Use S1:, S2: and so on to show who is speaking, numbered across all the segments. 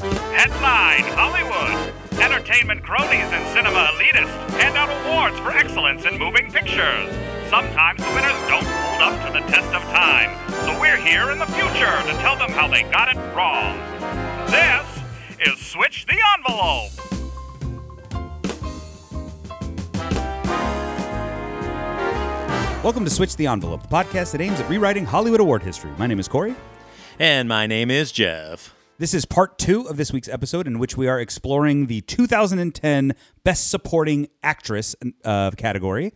S1: Headline Hollywood. Entertainment cronies and cinema elitists hand out awards for excellence in moving pictures. Sometimes the winners don't hold up to the test of time, so we're here in the future to tell them how they got it wrong. This is Switch the Envelope.
S2: Welcome to Switch the Envelope, the podcast that aims at rewriting Hollywood award history. My name is Corey.
S3: And my name is Jeff.
S2: This is part two of this week's episode in which we are exploring the 2010 Best Supporting Actress uh, category.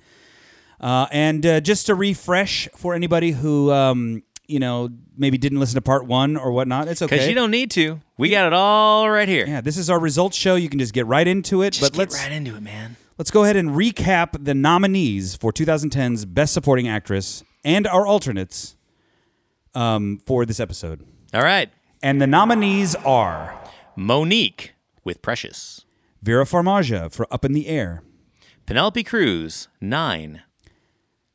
S2: Uh, and uh, just to refresh for anybody who, um, you know, maybe didn't listen to part one or whatnot, it's
S3: Because
S2: okay.
S3: you don't need to. We got it all right here.
S2: yeah, this is our results show. You can just get right into it.
S3: Just
S2: but
S3: get
S2: let's
S3: right into it, man.
S2: let's go ahead and recap the nominees for 2010's Best Supporting Actress and our alternates um, for this episode.
S3: All right.
S2: And the nominees are
S3: Monique with Precious.
S2: Vera Farmaga for Up in the Air,
S3: Penelope Cruz, nine.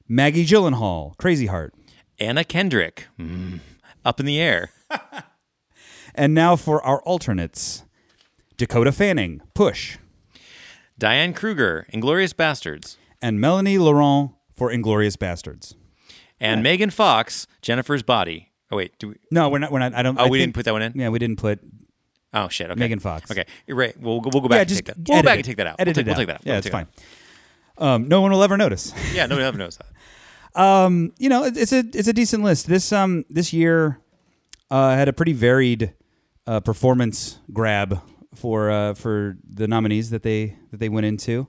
S2: Maggie Gyllenhaal, Crazy Heart,
S3: Anna Kendrick, mm, up in the air.
S2: and now for our alternates Dakota Fanning, Push,
S3: Diane Kruger, Inglorious Bastards.
S2: and Melanie Laurent for Inglorious Bastards.
S3: And Megan Fox, Jennifer's Body. Oh, wait. Do we,
S2: No, we're not. We're not. I don't. I
S3: Oh, we
S2: think-
S3: didn't put that one in?
S2: Yeah, we didn't put.
S3: oh, shit. Okay.
S2: Megan Fox.
S3: Okay. You're right. We'll, we'll go back
S2: yeah,
S3: and
S2: just
S3: take that. We'll go
S2: edit
S3: back
S2: it.
S3: and take that out.
S2: Edit
S3: we'll take,
S2: it
S3: we'll take that out.
S2: Yeah,
S3: We'll
S2: it's
S3: take
S2: fine.
S3: that
S2: Um, no one will ever notice.
S3: out. Yeah, nobody ever knows that.
S2: you know, it- it's a it's a decent list. This um this year uh, had a pretty varied uh, performance grab for uh, for the nominees that they that they went into.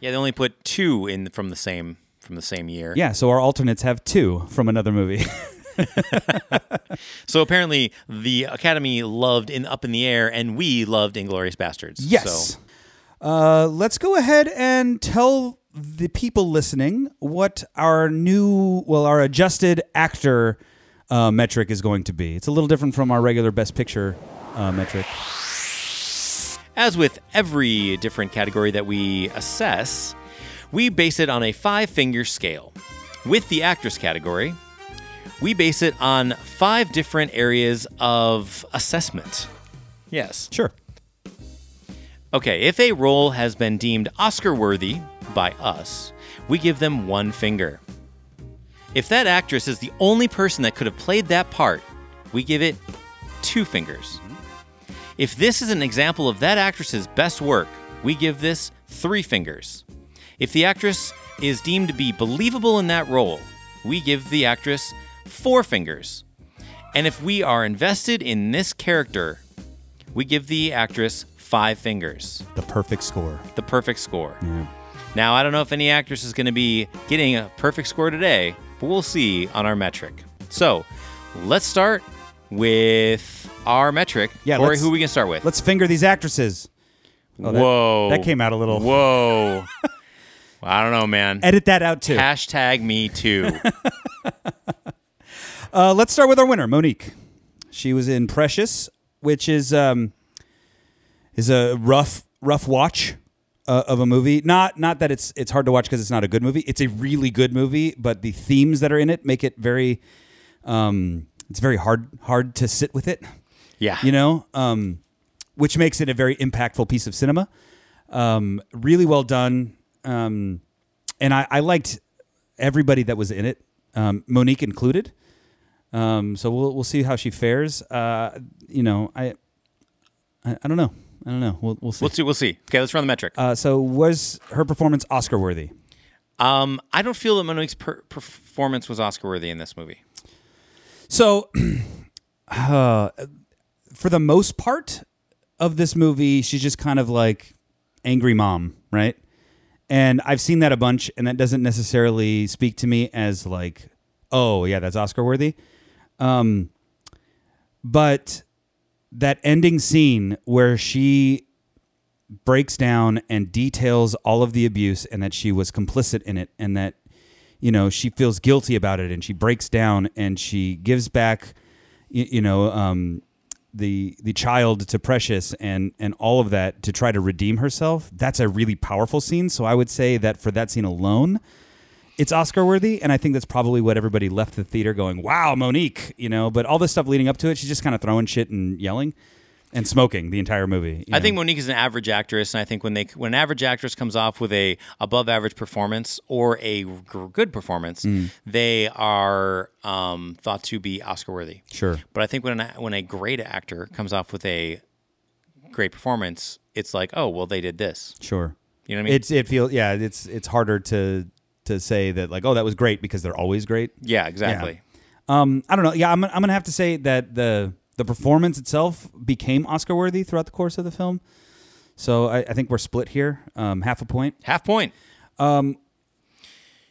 S3: Yeah, they only put two in from the same from the same year.
S2: Yeah, so our alternates have two from another movie.
S3: So apparently, the Academy loved in Up in the Air, and we loved Inglorious Bastards.
S2: yes.
S3: So,
S2: Uh, let's go ahead and tell the people listening what our new, well, our adjusted actor uh, metric is going to be. It's a little different from our regular Best Picture uh, metric.
S3: as with every different category that we assess, we base it on a five finger scale. With the actress category, we base it on five different areas of assessment. Yes.
S2: Sure.
S3: Okay, if a role has been deemed Oscar worthy by us, we give them one finger. If that actress is the only person that could have played that part, we give it two fingers. If this is an example of that actress's best work, we give this three fingers. If the actress is deemed to be believable in that role, we give the actress four fingers. And if we are invested in this character, we give the actress five fingers
S2: The perfect score.
S3: the perfect score. Now, I don't know if any actress is going to be getting a perfect score today, but we'll see on our metric. So, let's start with our metric.
S2: Yeah,
S3: Corey,
S2: let's-
S3: who we can start with?
S2: Let's finger these actresses. Oh, that-
S3: Whoa,
S2: that came out a little-
S3: Whoa, Well, I don't know, man.
S2: Edit that out too.
S3: Hashtag me too.
S2: Uh, let's start with our winner, Monique. She was in Precious, which is um, is a rough rough watch uh, of a movie. Not not that it's it's hard to watch because it's not a good movie. It's a really good movie, but the themes that are in it make it very um, it's very hard hard to sit with it.
S3: Yeah,
S2: You know, um, which makes it a very impactful piece of cinema. Um, really well done, um, and I, I liked everybody that was in it, um, Monique included. Um, so we'll we'll see how she fares. Uh, you know, I, I I don't know. I don't know. We'll we'll see.
S3: We'll see. We'll see. Okay, let's run the metric.
S2: uh, so was her performance Oscar worthy?
S3: Um, I don't feel that Monique's per- performance was Oscar worthy in this movie.
S2: So, uh, for the most part of this movie, she's just kind of like angry mom, right? And I've seen that a bunch, and that doesn't necessarily speak to me as like, oh yeah, that's Oscar worthy. Um, but that ending scene where she breaks down and details all of the abuse and that she was complicit in it and that you know she feels guilty about it and she breaks down and she gives back you, you know um, the the child to precious and and all of that to try to redeem herself that's a really powerful scene so i would say that for that scene alone it's oscar worthy and i think that's probably what everybody left the theater going wow monique you know but all this stuff leading up to it she's just kind of throwing shit and yelling and smoking the entire movie. you
S3: I
S2: know?
S3: think Monique is an average actress, and I think when they when an average actress comes off with a above average performance or a g- good performance,
S2: Mm.
S3: they are um, thought to be Oscar worthy.
S2: Sure.
S3: But I think when a, when a great actor comes off with a great performance, it's like, oh well, they did this.
S2: Sure.
S3: You know what I mean?
S2: It's it feels yeah. It's it's harder to to say that like oh that was great because they're always great.
S3: yeah, exactly.
S2: Um, I don't know. Yeah, I'm, I'm gonna have to say that the the performance itself became Oscar worthy throughout the course of the film. So I, I think we're split here, um, half a point.
S3: Half point.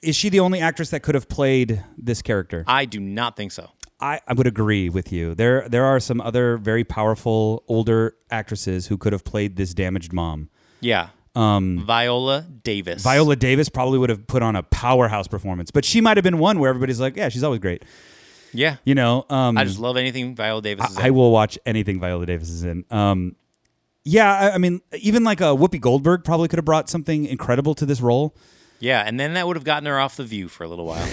S2: Is she the only actress that could have played this character?
S3: I do not think so.
S2: I, I would agree with you. There there are some other very powerful older actresses who could have played this damaged mom.
S3: Yeah. Um, Viola Davis.
S2: Viola Davis probably would have put on a powerhouse performance, but she might have been one where everybody's like, yeah, she's always great.
S3: Yeah.
S2: You know, um,
S3: I just love anything Viola Davis is in.
S2: I will watch anything Viola Davis is in. Um, yeah, I, I mean, even like a Whoopi Goldberg probably could have brought something incredible to this role.
S3: yeah, and then that would have gotten her off the view for a little while.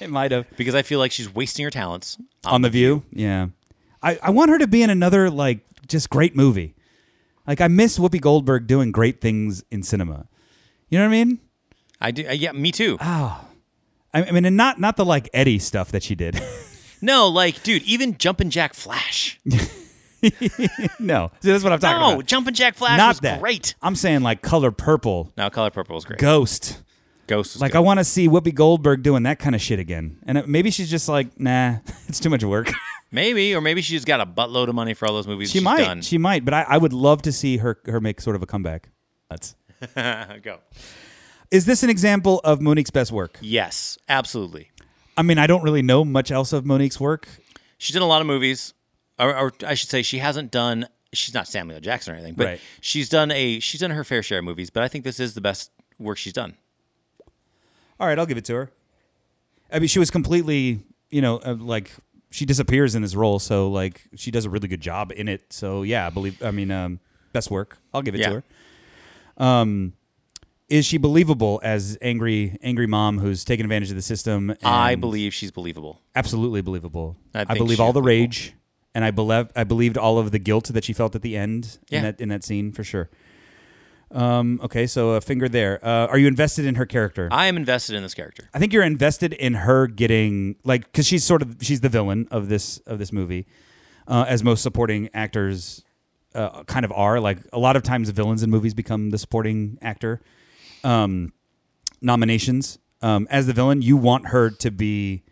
S2: It might have
S3: because I feel like she's wasting her talents.
S2: on the View. Yeah, I, I want her to be in another like just great movie. Like I miss Whoopi Goldberg doing great things in cinema. You know what I mean?
S3: I do. uh, Yeah, me too.
S2: Ah. I, I mean, and not not the like Eddie stuff that she did.
S3: no, like, dude, even Jumpin' Jack Flash.
S2: no, see, that's what I'm talking
S3: No,
S2: about.
S3: Jumpin' Jack Flash
S2: Not
S3: was
S2: that
S3: great.
S2: I'm saying like Color Purple,
S3: No, Color Purple was great.
S2: Ghost.
S3: Ghost was
S2: Like
S3: good.
S2: I want to see Whoopi Goldberg doing that kind of shit again, and it- maybe she's just like, nah, it's too much work.
S3: maybe, or maybe she just got a buttload of money for all those movies.
S2: she
S3: she's
S2: might,
S3: done.
S2: she might, but I, I would love to see her her make sort of a comeback. That's
S3: Go.
S2: is this an example of Monique's best work?
S3: Yes, absolutely.
S2: I mean, I don't really know much else of Monique's work.
S3: She's done a lot of movies, or, or I should say, she hasn't done. She's not Samuel L. Jackson or anything, but
S2: Right.
S3: she's done a she's done her fair share of movies. But I think this is the best work she's done.
S2: All right, I'll give it to her. I mean, she was completely, you know, uh, like she disappears in this role, so like she does a really good job in it. So yeah, I believe. I mean, um, best work. I'll give it
S3: Yeah.
S2: to her. Um, is she believable as angry, angry mom who's taking advantage of the system? and-
S3: I believe she's believable.
S2: absolutely believable.
S3: I
S2: I,
S3: think
S2: believe
S3: she
S2: all
S3: is
S2: the
S3: believable.
S2: rage, and I believe I believed all of the guilt that she felt at the end
S3: Yeah.
S2: in that in that scene for sure. Um, okay, so a finger there. Uh, are you invested in her character?
S3: I am invested in this character.
S2: I think you're invested in her getting like because she's sort of she's the villain of this of this movie, uh, as most supporting actors uh, kind of are. Like a lot of times, villains in movies become the supporting actor um, nominations. Um, as the villain, you want her to be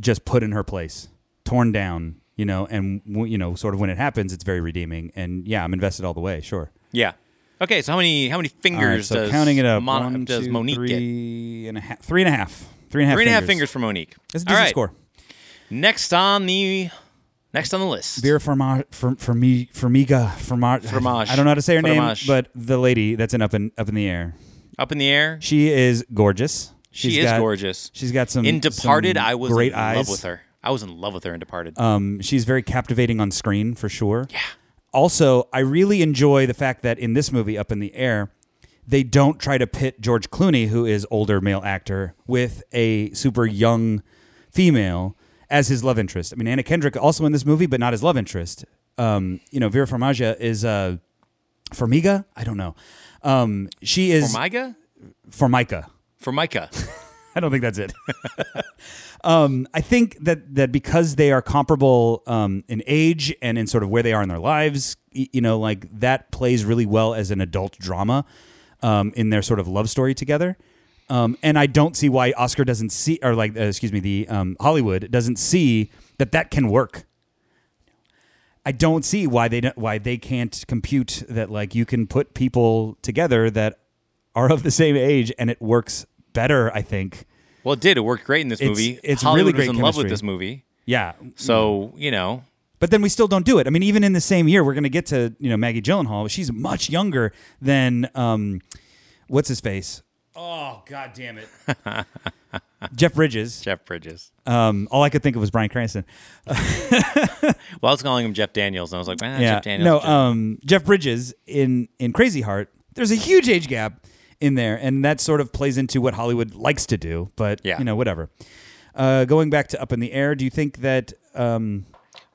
S2: just put in her place, torn down, you know, and w- you know, sort of when it happens, it's very redeeming. And yeah, I'm invested all the way. Sure.
S3: Yeah. Okay, so how many how many
S2: All right,
S3: fingers
S2: so
S3: does
S2: counting it up,
S3: Mon-
S2: one,
S3: does
S2: two,
S3: Monique get?
S2: three and a half- three and a half, three and a half
S3: Three and a half
S2: fingers.
S3: fingers for Monique.
S2: That's a
S3: All
S2: decent
S3: right,
S2: score.
S3: Next on the next on the list.
S2: Vera Farma, for, for me, Formiga, Formar,
S3: Fromage.
S2: I don't know how to say her
S3: Fromage.
S2: name, but the lady that's in up in up in the air.
S3: Up in the air.
S2: She is gorgeous.
S3: She
S2: She's
S3: is
S2: got-
S3: gorgeous.
S2: She's got some
S3: in Departed,
S2: some
S3: I was
S2: great
S3: in
S2: eyes.
S3: love with her. I was in love with her in Departed.
S2: Um, she's very captivating on screen for sure. Yeah. Also, I really enjoy the fact that in this movie, Up in the Air, they don't try to pit George Clooney, who is older male actor, with a super young female as his love interest. I mean, Anna Kendrick also in this movie, but not his love interest. Um, you know, Vera Farmiga is uh, Formiga. I don't know. Um, she is
S3: Formiga?
S2: Formica.
S3: Formica.
S2: I don't think that's it. um, I think that that because they are comparable um, in age and in sort of where they are in their lives, y- you know, like that plays really well as an adult drama um, in their sort of love story together. Um, and I don't see why Oscar doesn't see, or like, uh, excuse me, the um, Hollywood doesn't see that that can work. I don't see why they don't, why they can't compute that like you can put people together that are of the same age and it works better. I think.
S3: well, it did. It worked great in this
S2: It's-
S3: movie.
S2: it's
S3: Hollywood
S2: really great
S3: was in love with
S2: chemistry.
S3: this movie.
S2: Yeah,
S3: So, you know,
S2: but then we still don't do it. I mean, even in the same year, we're going to get to you know Maggie Gyllenhaal. She's much younger than um, what's his face? Oh God damn it, Jeff Bridges.
S3: Jeff Bridges.
S2: Um, all I could think of was Brian Cranston.
S3: Well, I was calling him Jeff Daniels, and I was like, ah,
S2: yeah,
S3: Jeff Daniels.
S2: no,
S3: Jeff-
S2: um, Jeff Bridges in in Crazy Heart. There's a huge age gap in there, and that sort of plays into what Hollywood likes to do. But
S3: Yeah.
S2: you know, whatever. Uh, going back to Up in the Air, do you think that um,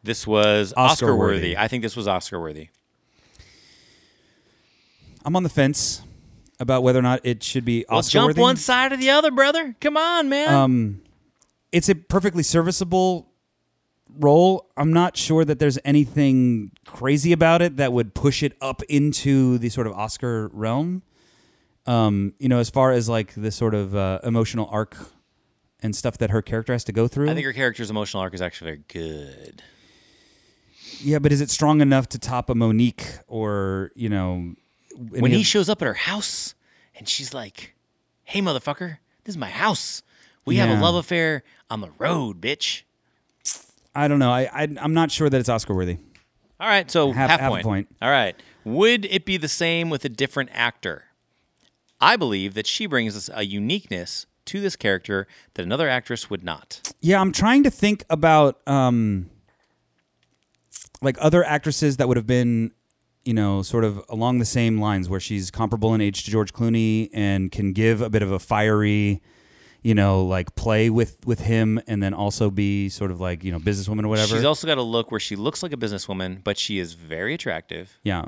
S3: This was
S2: Oscar
S3: Oscar worthy.
S2: worthy.
S3: I think this was Oscar worthy.
S2: I'm on the fence about whether or not it should be
S3: Well,
S2: Oscar
S3: jump one side or the other, brother. Come on, man.
S2: It's a perfectly serviceable role. I'm not sure that there's anything crazy about it that would push it up into the sort of Oscar realm. Um, you know, as far as like the sort of uh, emotional arc and stuff that her character has to go through.
S3: I think her character's emotional arc is actually very good.
S2: yeah, but is it strong enough to top a Monique or you know? any
S3: when he
S2: of-
S3: shows up at her house and she's like, hey, motherfucker, this is my house. We have
S2: Yeah.
S3: a love affair on the road, bitch.
S2: I don't know. I, I I'm not sure that it's Oscar worthy.
S3: All right, so half,
S2: Half- half a
S3: point.
S2: point.
S3: All right. Would it be the same with a different actor? I believe that she brings us a uniqueness to this character that another actress would not.
S2: Yeah, I'm trying to think about um like other actresses that would have been, you know, sort of along the same lines where she's comparable in age to George Clooney and can give a bit of a fiery, you know, like play with with him and then also be sort of like, you know, businesswoman or whatever.
S3: She's also got a look where she looks like a businesswoman, but she is very attractive.
S2: yeah.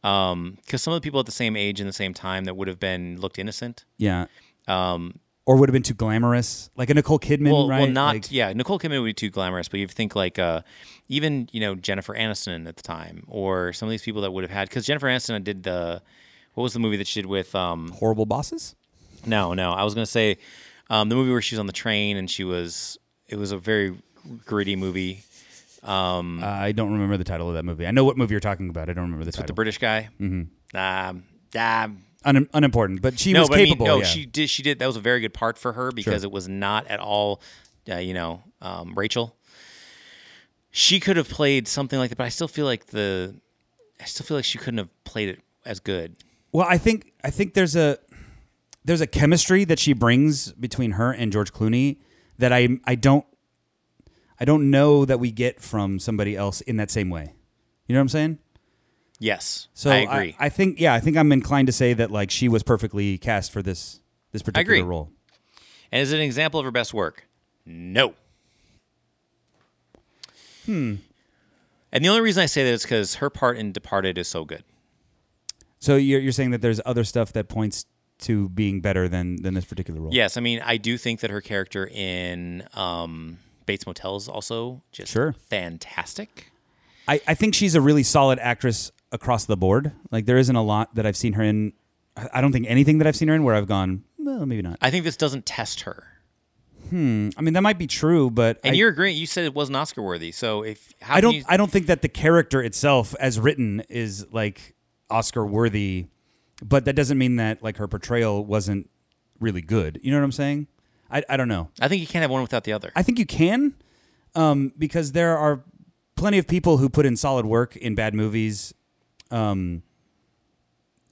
S3: Because some of the people at the same age and the same time that would have been looked innocent.
S2: Yeah. Um or would have been too glamorous, like a Nicole Kidman,
S3: Well,
S2: right?
S3: well, not
S2: Like-
S3: yeah. Nicole Kidman would be too glamorous, but you think like uh, even you know Jennifer Aniston at the time, or some of these people that would have had because Jennifer Aniston did the what was the movie that she did with um,
S2: horrible bosses.
S3: No, no. I was gonna say um, the movie where she was on the train and she was. It was a very gritty movie. Mm.
S2: Uh, I don't remember the title of that movie. I know what movie you're talking about. I don't remember the
S3: The
S2: title.
S3: British guy. Mm-hmm. Um, um,
S2: Un- unimportant, but she
S3: no,
S2: was
S3: but
S2: capable.
S3: I mean, no,
S2: yeah.
S3: she did. She did. That was a very good part for her because it was not at all, uh, you know, um, Rachel. She could have played something like that, but I still feel like the, I still feel like she couldn't have played it as good.
S2: Well, I think I think there's a there's a chemistry that she brings between her and George Clooney that I I don't I don't know that we get from somebody else in that same way. You know what I'm saying?
S3: Yes,
S2: So
S3: I agree.
S2: I, think yeah, I think I'm inclined to say that like she was perfectly cast for this this particular
S3: agree.
S2: role.
S3: and is it an example of her best work? No. Hmm.
S2: Hmm.
S3: And the only reason I say that is because her part in Departed is so good.
S2: So you're you're saying that there's other stuff that points to being better than than this particular role.
S3: Yes, I mean I do think that her character in um, Bates Motel is also just
S2: Sure.
S3: fantastic.
S2: I, I think she's a really solid actress across the board. Like there isn't a lot that I've seen her in. I I don't think anything that I've seen her in where I've gone, well, maybe not.
S3: I think this doesn't test her.
S2: I mean, that might be true, but
S3: And
S2: I,
S3: you're agreeing. You said it wasn't Oscar worthy. So if
S2: I
S3: how can
S2: don't.
S3: you-
S2: I don't think that the character itself, as written, is like Oscar worthy. But that doesn't mean that like her portrayal wasn't really good. You know what I'm saying? I, I don't know.
S3: I think you can't have one without the other.
S2: I think you can, um, because there are plenty of people who put in solid work in bad movies, um,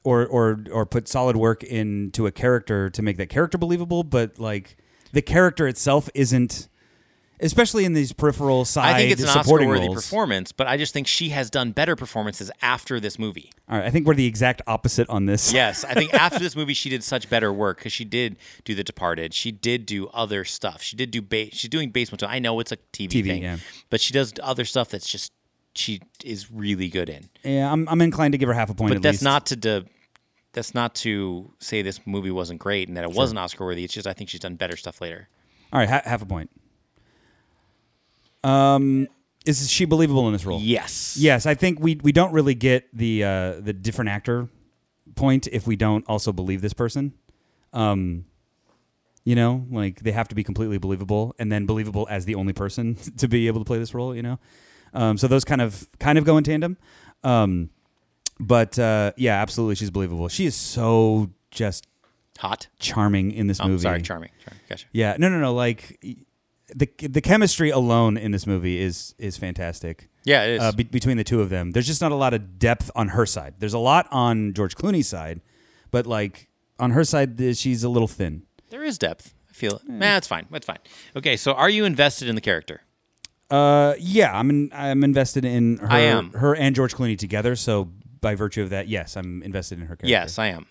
S2: or or or put solid work into a character to make that character believable. But like the character itself isn't, especially in these peripheral side
S3: I think it's an Oscar
S2: supporting
S3: worthy
S2: roles.
S3: performance, but I just think she has done better performances after this movie.
S2: All right, I think we're the exact opposite on this.
S3: Yes, I think after this movie she did such better work because she did do The Departed. She did do other stuff. She did do ba- she's doing Basement. I know it's a TV,
S2: TV,
S3: thing,
S2: yeah.
S3: but she does other stuff that's just she is really good in.
S2: yeah, I'm, I'm inclined to give her half a point.
S3: But
S2: at
S3: that's
S2: least.
S3: not to de- that's not to say this movie wasn't great and that it wasn't Oscar worthy. It's just I think she's done better stuff later.
S2: all right. Ha- half a point. Um, is she believable in this role?
S3: Yes.
S2: Yes, I think we we don't really get the uh, the different actor point if we don't also believe this person. Um, you know, like they have to be completely believable, and then believable as the only person to be able to play this role. You know, um, so those kind of kind of go in tandem. Um, but uh, yeah, absolutely, she's believable. She is so just
S3: Hot.
S2: charming in this
S3: I'm
S2: movie.
S3: sorry, charming. Sorry, Gotcha.
S2: Yeah, no, no, no. Like the the chemistry alone in this movie is is fantastic
S3: Yeah, it is.
S2: uh, be- between the two of them. There's just not a lot of depth on her side. There's a lot on George Clooney's side, but like on her side, th- she's a little thin.
S3: there is depth. I feel it.
S2: Hmm.
S3: Nah, it's fine. It's fine. Okay, so are you invested in the character?
S2: Uh, yeah, I'm in, I'm invested in her,
S3: I am.
S2: her and George Clooney together. So by virtue of that, yes, I'm invested in her character.
S3: Yes, I am.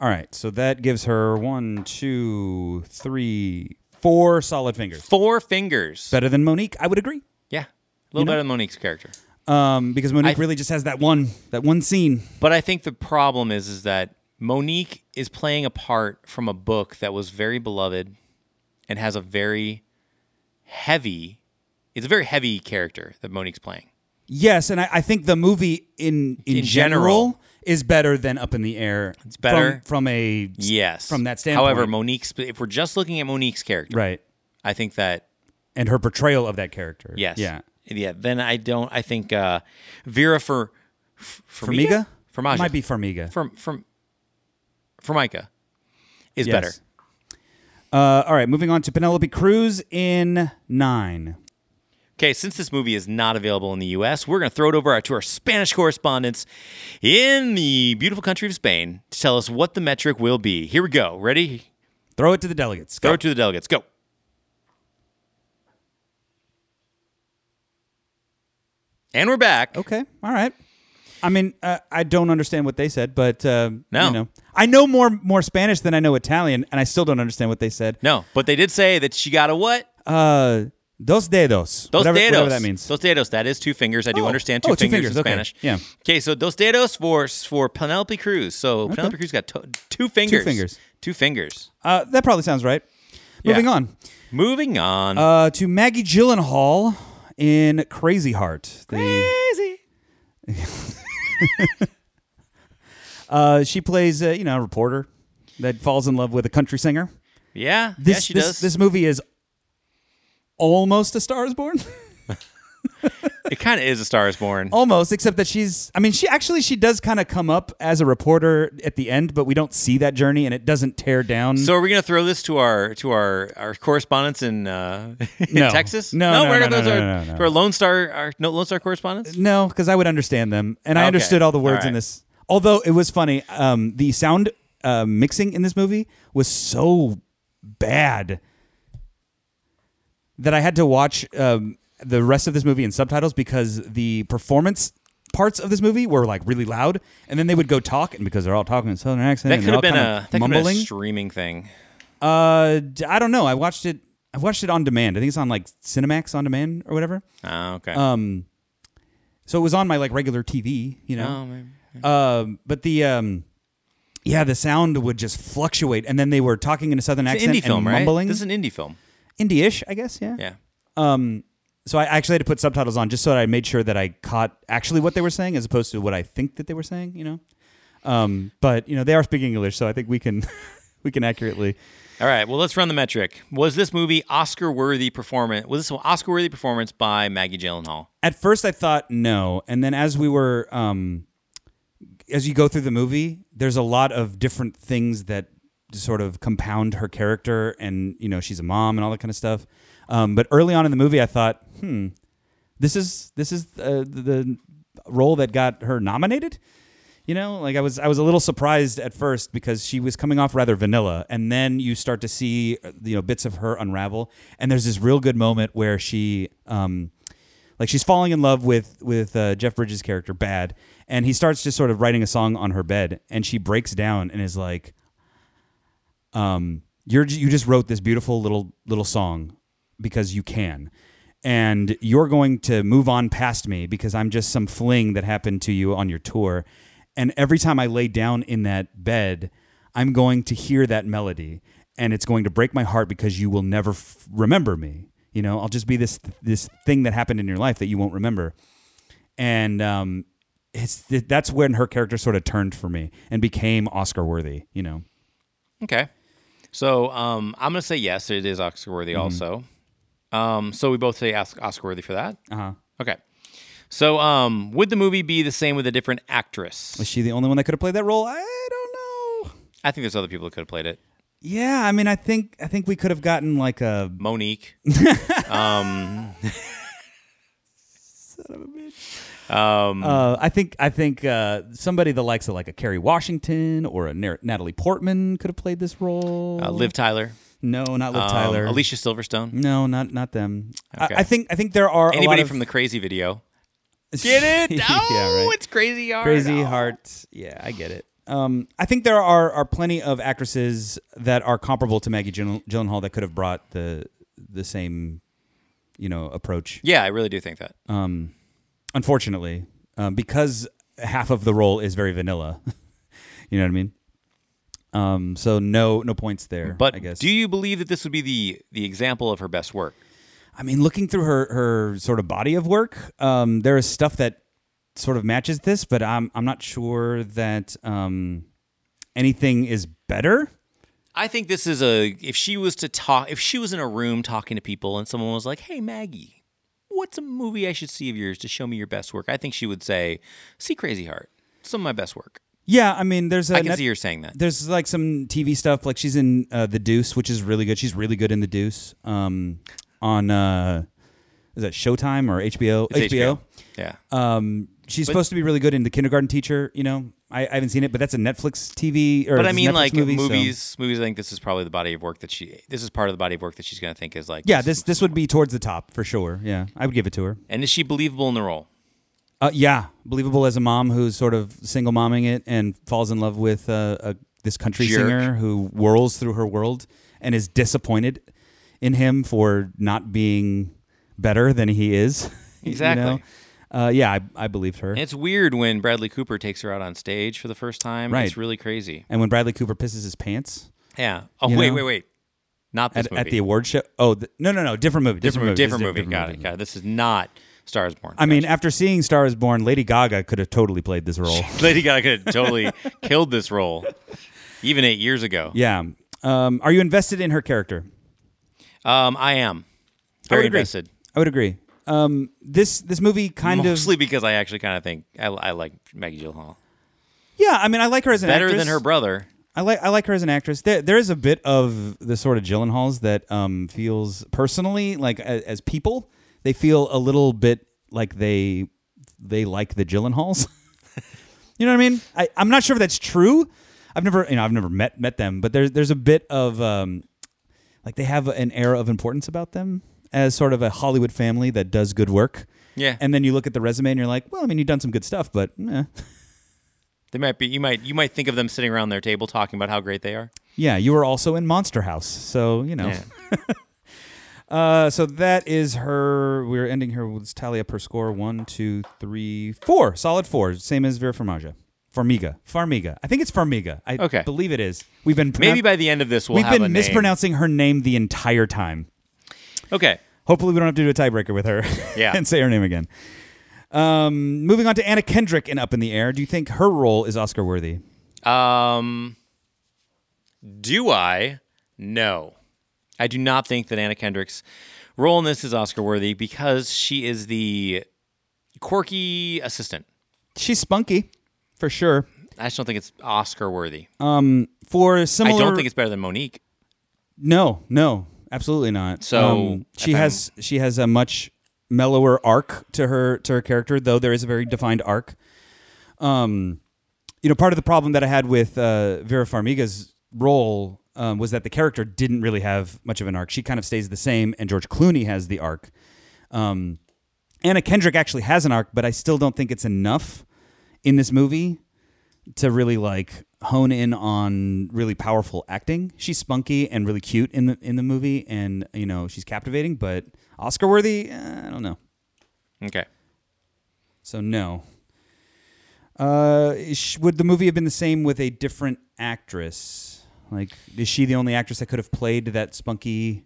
S2: All right. So that gives her one, two, three, four solid fingers.
S3: Four fingers.
S2: Better than Monique, I would agree.
S3: yeah. little better than Monique's character.
S2: um, because Monique
S3: I-
S2: really just has that one that one scene.
S3: But I think the problem is is that Monique is playing a part from a book that was very beloved and has a very heavy it's a very heavy character that Monique's playing.
S2: Yes, and I, I think the movie in in,
S3: In
S2: general,
S3: general.
S2: is better than Up in the Air. It's
S3: better.
S2: from, from a
S3: Yes.
S2: from that standpoint.
S3: However, Monique's if we're just looking at Monique's character,
S2: right,
S3: I think that
S2: and her portrayal of that character.
S3: yes.
S2: yeah,
S3: Yeah, then I don't I think uh Vera for
S2: Formiga.
S3: Formaggio.
S2: might be Formiga.
S3: from from Formica is
S2: Yes.
S3: better.
S2: Uh, all right, moving on to Penelope Cruz in nine.
S3: Okay, since this movie is not available in the US, we're going to throw it over to our Spanish correspondents in the beautiful country of Spain to tell us what the metric will be. Here we go. Ready?
S2: Throw it to the delegates.
S3: Throw
S2: Go.
S3: it to the delegates. Go. And we're back.
S2: Okay, all right. I mean, uh, I don't understand what they said, but uh,
S3: No.
S2: you know, I know more more Spanish than I know Italian, and I still don't understand what they said.
S3: No, but they did say that she got a what?
S2: Uh, dos dedos.
S3: Dos
S2: whatever,
S3: dedos.
S2: whatever that means.
S3: Dos dedos. That is two fingers. I do
S2: Oh.
S3: understand
S2: Oh,
S3: two
S2: two
S3: fingers,
S2: fingers,
S3: in
S2: okay.
S3: Spanish.
S2: Yeah.
S3: Okay, so dos dedos for for Penelope Cruz. So Penelope Cruz got to, two fingers.
S2: fingers.
S3: Two fingers.
S2: Uh, that probably sounds right. Moving
S3: Yeah.
S2: on
S3: Moving on.
S2: uh, to Maggie Gyllenhaal in Crazy Heart. The,
S3: Crazy.
S2: uh, she plays, uh, you know, a reporter that falls in love with a country singer.
S3: Yeah.
S2: This,
S3: yeah, she
S2: this,
S3: does.
S2: This movie is almost a Star is Born.
S3: it kind of is a Star is Born.
S2: almost, except that she's. I mean, she actually she does kind of come up as a reporter at the end, but we don't see that journey, and it doesn't tear down.
S3: So are we gonna throw this to our to our our correspondents in, uh, in
S2: No.
S3: Texas?
S2: No, no,
S3: we're
S2: no,
S3: gonna
S2: no,
S3: throw
S2: no,
S3: our-
S2: no, no.
S3: to our Lone Star our no, Lone Star correspondents.
S2: No, because I would understand them, and I
S3: Okay.
S2: understood all the words
S3: All
S2: in
S3: right.
S2: this. Although it was funny, um, the sound uh, mixing in this movie was so bad that I had to watch um, the rest of this movie in subtitles because the performance parts of this movie were like really loud, and then they would go talk, and because they're all talking in southern accent,
S3: That
S2: and
S3: could
S2: they're all
S3: have
S2: kinda
S3: been a that could have been a
S2: mumbling.
S3: streaming thing.
S2: uh, d- I don't know. I watched it. I watched it on demand. I think it's on like Cinemax on demand or whatever.
S3: Oh, okay.
S2: Um, so it was on my like regular TV, you know.
S3: oh, man.
S2: Um, but the um, yeah, the sound would just fluctuate, and then they were talking in a southern
S3: It's an
S2: accent
S3: indie film,
S2: and mumbling,
S3: right? This is an indie film.
S2: indie-ish, I guess. Yeah.
S3: Yeah.
S2: So I actually had to put subtitles on just so that I made sure that I caught actually what they were saying, as opposed to what I think that they were saying. You know. Um, but you know they are speaking English, so I think we can we can accurately.
S3: All right. Well, let's run the metric. Was this movie Oscar worthy performance? Was this an Oscar worthy performance by Maggie Gyllenhaal?
S2: At first, I thought no, and then as we were um, as you go through the movie, there's a lot of different things that sort of compound her character, and you know she's a mom and all that kind of stuff. Um, but early on in the movie, I thought, hmm, this is this is uh, the role that got her nominated. You know, like I was I was a little surprised at first because she was coming off rather vanilla, and then you start to see uh, you know bits of her unravel, and there's this real good moment where she. Um, like she's falling in love with with uh, Jeff Bridges' character Bad, and he starts just sort of writing a song on her bed, and she breaks down and is like, "Um, you're you just wrote this beautiful little little song because you can." And you're going to move on past me because I'm just some fling that happened to you on your tour. And every time I lay down in that bed, I'm going to hear that melody and it's going to break my heart because you will never f- remember me. You know, I'll just be this this thing that happened in your life that you won't remember. And um, it's th- that's when her character sort of turned for me and became Oscar worthy. You know,
S3: Okay. So um, I'm going to say yes, it is Oscar worthy
S2: Mm-hmm.
S3: also. Um, so we both say Oscar worthy for that.
S2: uh huh.
S3: Okay. So um, would the movie be the same with a different actress?
S2: Is she the only one that could have played that role? I don't know.
S3: I think there's other people that could have played it.
S2: Yeah, I mean, I think I think we could have gotten like a
S3: Monique.
S2: Uh, I think I think uh, somebody the likes of like a Kerry Washington or a Nar- Natalie Portman could have played this role.
S3: Uh, Liv Tyler.
S2: no, not Liv
S3: um,
S2: Tyler.
S3: Alicia Silverstone.
S2: No, not not them.
S3: Okay.
S2: I, I think I think there are
S3: Anybody
S2: a lot of,
S3: from the Crazy video.
S2: get
S3: Oh,
S2: yeah, right.
S3: it's Crazy Heart.
S2: Crazy
S3: Oh.
S2: Heart. Yeah, I get it. Um, I think there are are plenty of actresses that are comparable to Maggie Gyllen- Gyllenhaal that could have brought the the same you know approach.
S3: Yeah, I really do think that.
S2: Unfortunately, um, because half of the role is very vanilla. you know what I mean? Um, so no no points there.
S3: but
S2: I guess
S3: do you believe that this would be the the example of her best work?
S2: I mean, looking through her her sort of body of work, um, there is stuff that sort of matches this, but I'm I'm not sure that um, anything is better.
S3: I think this is a if she was to talk if she was in a room talking to people and someone was like, "Hey Maggie, what's a movie I should see of yours to show me your best work?" I think she would say, "See Crazy Heart. Some of my best work."
S2: Yeah, I mean, there's a
S3: I can
S2: net-
S3: see her saying that.
S2: there's like some TV stuff. Like she's in uh, The Deuce, which is really good. She's really good in The Deuce. Um, on uh, is that Showtime or HBO?
S3: It's Yeah.
S2: Um, she's supposed to be really good in The Kindergarten Teacher. You know, I, I haven't seen it, but that's a Netflix TV. Or
S3: but I
S2: it's a
S3: mean
S2: Netflix
S3: like
S2: movie, so-
S3: movies movies I think this is probably the body of work that she this is part of the body of work that she's going to think is like
S2: Yeah, this this would be towards the top for sure. Yeah, I would give it to her.
S3: And is she believable in the role?
S2: Uh, yeah, believable as a mom who's sort of single momming it and falls in love with uh, a, this country
S3: Jerk.
S2: singer who whirls through her world and is disappointed in him for not being better than he is. You
S3: Exactly.
S2: know? uh, yeah, I, I believed her.
S3: And it's weird when Bradley Cooper takes her out on stage for the first time.
S2: Right.
S3: It's really crazy.
S2: and when Bradley Cooper pisses his pants
S3: Yeah. Oh
S2: You
S3: wait,
S2: know?
S3: wait, wait. Not this
S2: at,
S3: movie.
S2: at the award show, oh th- no, no, no, different movie,
S3: different movie.
S2: different,
S3: Different movie.
S2: movie. This is a
S3: got it. Got it. This is not Stars Born.
S2: I mean, after seeing *Star Is Born*, Lady Gaga could have totally played this role.
S3: Lady Gaga totally killed this role, even eight years ago.
S2: yeah. Um, are you invested in her character?
S3: Um, I am very
S2: agree.
S3: invested,
S2: I would agree. Um, this this movie kind
S3: mostly
S2: of
S3: because I actually kind of think I, I like Maggie Gyllenhaal
S2: yeah. I mean, I like her as an
S3: better
S2: actress.
S3: than her brother.
S2: I like I like her as an actress. There there is a bit of the sort of Gyllenhaals that um, feels personally like a, as people they feel a little bit like they they like the Gyllenhaals. you know what I mean? I, I'm not sure if that's true. I've never you know I've never met met them, but there's there's a bit of um, like they have an air of importance about them as sort of a Hollywood family that does good work.
S3: Yeah, and
S2: and then you look at the resume and you're like, well, I mean, you've done some good stuff, but eh.
S3: they might be. You might you might think of them sitting around their table talking about how great they are.
S2: yeah, you were also in Monster House, so you know.
S3: Yeah.
S2: Uh, so that is her. We're ending her. Let's tally up her score: one, two, three, four. Solid four, same as Vera Farmiga. Farmiga, Farmiga. I think it's Farmiga. I
S3: Okay.
S2: believe it is. We've been pronoun-
S3: Maybe by the end of this we'll
S2: we've
S3: have a
S2: been
S3: name.
S2: mispronouncing her name the entire time.
S3: Okay.
S2: Hopefully, we don't have to do a tiebreaker with her.
S3: Yeah.
S2: and say her name again. Um, moving on to Anna Kendrick in Up in the Air. Do you think her role is Oscar worthy?
S3: Um, do I? No. I do not think that Anna Kendrick's role in this is Oscar worthy because she is the quirky assistant.
S2: She's spunky, for sure.
S3: I just don't think it's Oscar worthy.
S2: for
S3: I
S2: similar.
S3: don't think it's better than Monique.
S2: no, no, absolutely not. Um,
S3: So,
S2: she
S3: if I'm-
S2: has she has a much mellower arc to her to her character, though there is a very defined arc. Um, you know, part of the problem that I had with uh, Vera Farmiga's role um, was that the character didn't really have much of an arc. She kind of stays the same, and George Clooney has the arc. Um, Anna Kendrick actually has an arc, but I still don't think it's enough in this movie to really like hone in on really powerful acting. She's spunky and really cute in the in the movie, and you know she's captivating, but Oscar worthy? Eh, I don't know.
S3: Okay.
S2: So no. Uh, is- would the movie have been the same with a different actress? Like, is she the only actress that could have played that spunky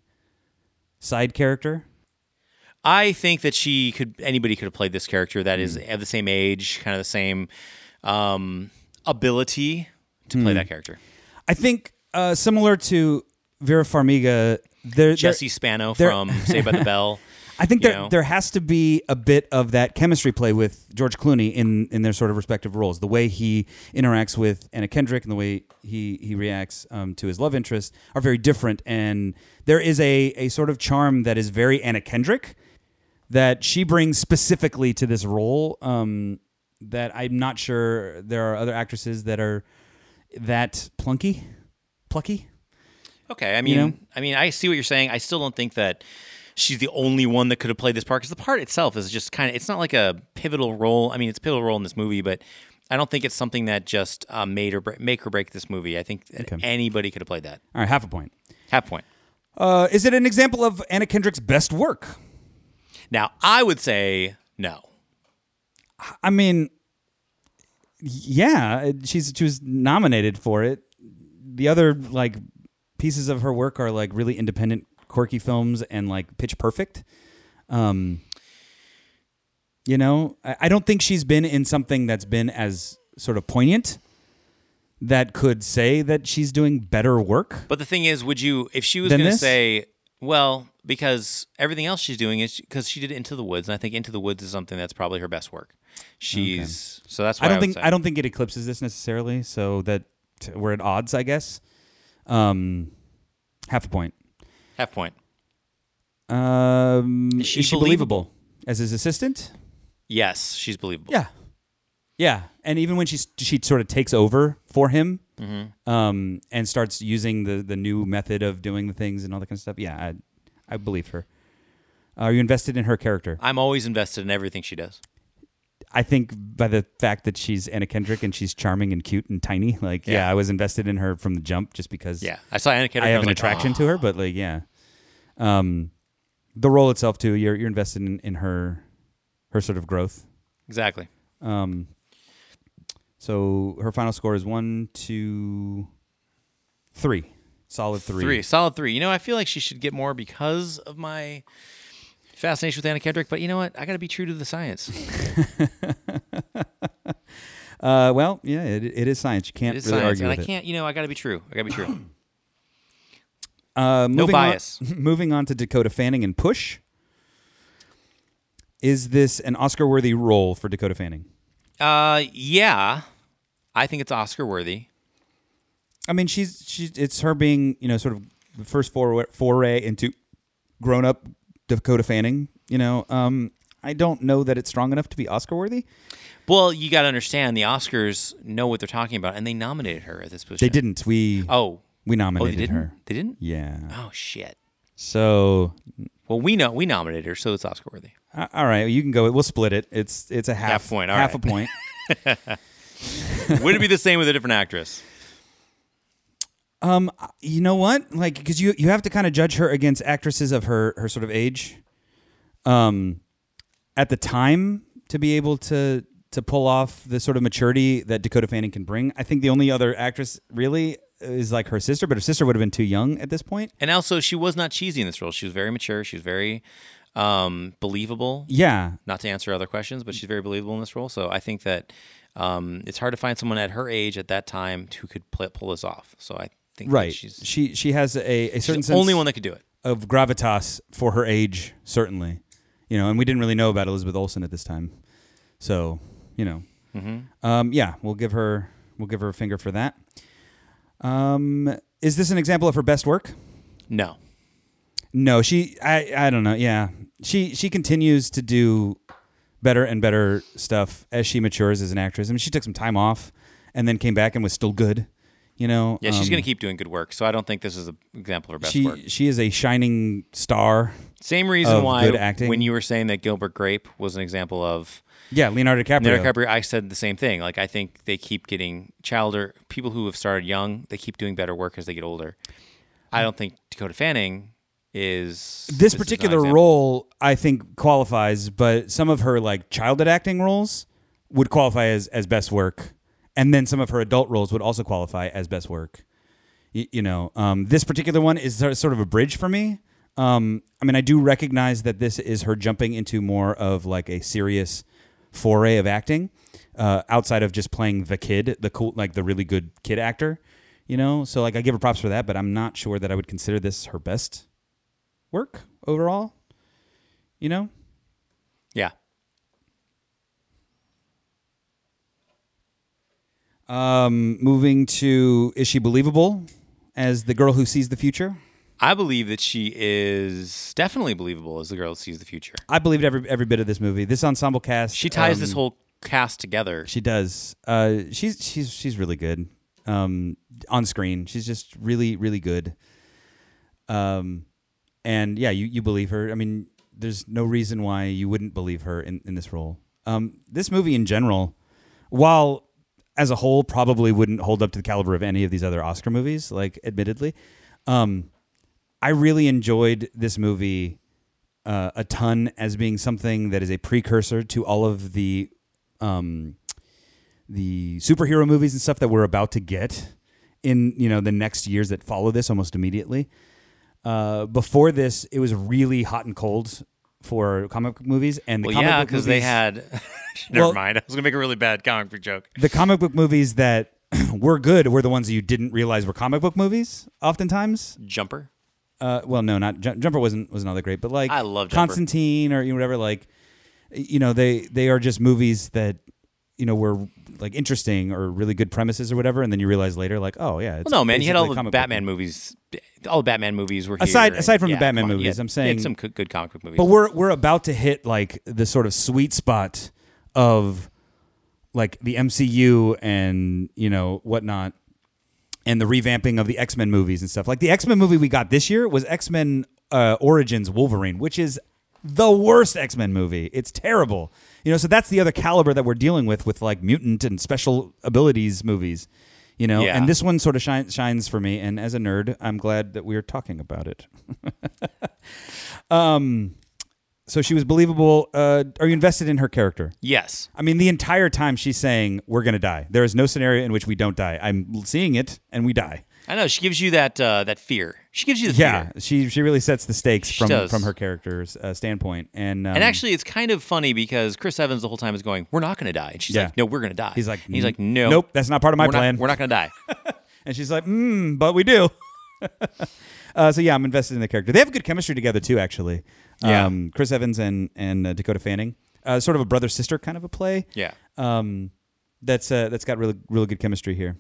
S2: side character?
S3: I think that she could anybody could have played this character that is
S2: Hmm.
S3: of the same age, kind of the same um, ability to
S2: Hmm.
S3: play that character.
S2: I think uh, similar to Vera Farmiga, there, there-
S3: Jesse Spano
S2: there-
S3: from Saved by the Bell.
S2: I think
S3: you
S2: there
S3: know?
S2: there has to be a bit of that chemistry play with George Clooney in in their sort of respective roles. The way he interacts with Anna Kendrick and the way he he reacts um, to his love interest are very different, and there is a a sort of charm that is very Anna Kendrick that she brings specifically to this role. Um, that I'm not sure there are other actresses that are that plunky, plucky.
S3: Okay, I mean,
S2: know?
S3: I mean, I see what you're saying. I still don't think that she's the only one that could have played this part because the part itself is just kind of. It's not like a pivotal role. I mean, it's a pivotal role in this movie, but I don't think it's something that just uh, made or bre- make or break this movie. I think that anybody could have played that.
S2: All right, half a point.
S3: Half point.
S2: Uh, is it an example of Anna Kendrick's best work?
S3: Now, I would say no.
S2: I mean, yeah, it- she's she was nominated for it. The other like pieces of her work are like really independent, quirky films and like Pitch Perfect. Um, you know, I, I don't think she's been in something that's been as sort of poignant that could say that she's doing better work.
S3: But the thing is, would you, if she was
S2: Than
S3: going to
S2: this?
S3: say, well, because everything else she's doing is because she did Into the Woods, and I think Into the Woods is something that's probably her best work. She's so that's
S2: I
S3: why I
S2: don't
S3: would
S2: think
S3: say.
S2: I don't think it eclipses this necessarily. So that t- we're at odds, I guess. Um, half a point.
S3: half point.
S2: Um,
S3: Is
S2: is
S3: she
S2: she,
S3: believable?
S2: believable? as his assistant?
S3: Yes, she's believable.
S2: Yeah, yeah. And even when she she sort of takes over for him,
S3: Mm-hmm.
S2: um, and starts using the the new method of doing the things and all that kind of stuff. Yeah, I, I believe her. Are you invested in her character?
S3: I'm always invested in everything she does.
S2: I think by the fact that she's Anna Kendrick and she's charming and cute and tiny, like yeah,
S3: Yeah.
S2: I was invested in her from the jump just because
S3: Yeah, I saw Anna Kendrick.
S2: I
S3: and
S2: have
S3: was
S2: an
S3: like,
S2: attraction
S3: "Oh."
S2: to her, but like yeah, um, the role itself too. You're you're invested in, in her her sort of growth.
S3: Exactly.
S2: Um, so her final score is one, two, three. Solid three.
S3: Three, solid three. You know, I feel like she should get more because of my fascination with Anna Kendrick. But you know what? I got to be true to the science.
S2: Uh, well, yeah, it, it is science. You can't
S3: It is
S2: really
S3: science,
S2: argue
S3: and I
S2: with
S3: can't. You know, I got to be true. I got to be true.
S2: it. Uh,
S3: No
S2: moving on-
S3: bias.
S2: moving on to Dakota Fanning and Push. Is this an Oscar-worthy role for Dakota Fanning?
S3: uh, yeah, I think it's Oscar worthy.
S2: I mean, she's she's it's her being you know sort of the first foray, foray into grown up Dakota Fanning. You know, um, I don't know that it's strong enough to be Oscar worthy.
S3: Well, you got to understand the Oscars know what they're talking about, and they nominated her at this position.
S2: They didn't. We
S3: Oh,
S2: we
S3: oh, they
S2: nominated
S3: didn't.
S2: her.
S3: They didn't.
S2: Yeah.
S3: Oh shit.
S2: So
S3: Well, we know we nominated her, so it's Oscar worthy.
S2: a- Uh, all right, you can go. We'll split it. It's it's a half,
S3: Half point, all
S2: half
S3: right.
S2: a point.
S3: Would it be the same with a different actress?
S2: Um, you know what? Like, because you you have to kind of judge her against actresses of her her sort of age, um, at the time to be able to to pull off the sort of maturity that Dakota Fanning can bring. I think the only other actress really is like her sister, but her sister would have been too young at this point.
S3: And also, she was not cheesy in this role. She was very mature. She was very um, believable.
S2: Yeah,
S3: Not to answer other questions, but she's very believable in this role. So I think that um, it's hard to find someone at her age at that time who could play, pull this off. So I think that
S2: right.
S3: she's,
S2: she she has a a certain
S3: she's the
S2: sense
S3: only one that could do it.
S2: of gravitas for her age, certainly. You know, and we didn't really know about Elizabeth Olsen at this time, so you know,
S3: Mm-hmm.
S2: um, yeah, we'll give her we'll give her a finger for that. Um, is this an example of her best work?
S3: No.
S2: No, she I I don't know. Yeah, she she continues to do better and better stuff as she matures as an actress. I mean, she took some time off and then came back and was still good. You know,
S3: Yeah, she's
S2: Um,
S3: going to keep doing good work. So I don't think this is an example of her best
S2: She
S3: work.
S2: she is a shining star.
S3: Same reason
S2: of
S3: why
S2: good acting.
S3: when you were saying that Gilbert Grape was an example of
S2: Yeah, Leonardo DiCaprio.
S3: Leonardo DiCaprio, I said the same thing. Like I think they keep getting childer people who have started young. They keep doing better work as they get older. I don't think Dakota Fanning is
S2: this
S3: is not an
S2: particular
S3: example.
S2: role I think qualifies, but some of her like childhood acting roles would qualify as as best work, and then some of her adult roles would also qualify as best work. Y- you know, um, this particular one is sor- sort of a bridge for me. Um, I mean, I do recognize that this is her jumping into more of like a serious foray of acting, uh, outside of just playing the kid, the cool, like the really good kid actor. You know, so like I give her props for that, but I'm not sure that I would consider this her best work overall. You know?
S3: Yeah.
S2: Um, moving to is she believable as the girl who sees the future?
S3: I believe that she is definitely believable as the girl that sees the future.
S2: I believed every every bit of this movie. This ensemble cast.
S3: She ties
S2: um,
S3: this whole cast together.
S2: She does. Uh, she's she's she's really good. Um, on screen, she's just really really good. Um, and yeah, you you believe her. I mean, there's no reason why you wouldn't believe her in in this role. Um, this movie in general, while as a whole probably wouldn't hold up to the caliber of any of these other Oscar movies, like admittedly, um, I really enjoyed this movie uh, a ton as being something that is a precursor to all of the um, the superhero movies and stuff that we're about to get in you know the next years that follow this almost immediately. Uh, before this, it was really hot and cold for comic book movies, and the
S3: Well,
S2: comic
S3: yeah,
S2: book
S3: because they
S2: movies-
S3: had. Never
S2: Well-
S3: mind. I was gonna make a really bad comic book joke.
S2: the comic book movies that were good were the ones that you didn't realize were comic book movies. Oftentimes,
S3: Jumper.
S2: uh, well, no, not Ju- Jumper wasn't wasn't all that great, but like
S3: I love Jumper.
S2: Constantine or you know, whatever. Like, you know, they they are just movies that you know were like interesting or really good premises or whatever, and then you realize later, like, oh yeah, it's
S3: Well, no, man, you had
S2: basically
S3: all the
S2: comic book
S3: Batman movies. All the Batman movies were here,
S2: Aside- aside from the
S3: yeah,
S2: Batman
S3: come on,
S2: movies,
S3: yeah,
S2: I'm
S3: yeah,
S2: saying-
S3: some co- good comic book movies.
S2: But we're we're about to hit like the sort of sweet spot of like the MCU and you know whatnot, and the revamping of the X Men movies and stuff. Like the X Men movie we got this year was X Men uh, Origins Wolverine, which is the worst X Men movie. It's terrible. You know, so that's the other caliber that we're dealing with with like mutant and special abilities movies. You know,
S3: Yeah.
S2: and this one sort of shines shines for me. And as a nerd, I'm glad that we're talking about it. Um, So she was believable. Uh, are you invested in her character?
S3: yes,
S2: I mean, the entire time she's saying, "We're gonna die." There is no scenario in which we don't die. I'm seeing it, and we die.
S3: I know she gives you that uh, that fear. She gives you the
S2: Yeah,
S3: fear.
S2: she she really sets the stakes from
S3: does.
S2: from her character's uh, standpoint, and um,
S3: And actually, it's kind of funny because Chris Evans the whole time is going, "We're not going to die," and she's
S2: Yeah.
S3: like, "No, we're going to die."
S2: he's like, "Mm,
S3: and "He's like, no,
S2: nope, that's not part of my
S3: we're
S2: plan."
S3: Not, we're not going to die."
S2: and she's like, mm, but we do. uh, so yeah, I'm invested in the character. They have good chemistry together too, actually.
S3: Yeah.
S2: um, Chris Evans and and uh, Dakota Fanning, uh, sort of a brother sister kind of a play.
S3: yeah.
S2: um, that's uh, that's got really really good chemistry here.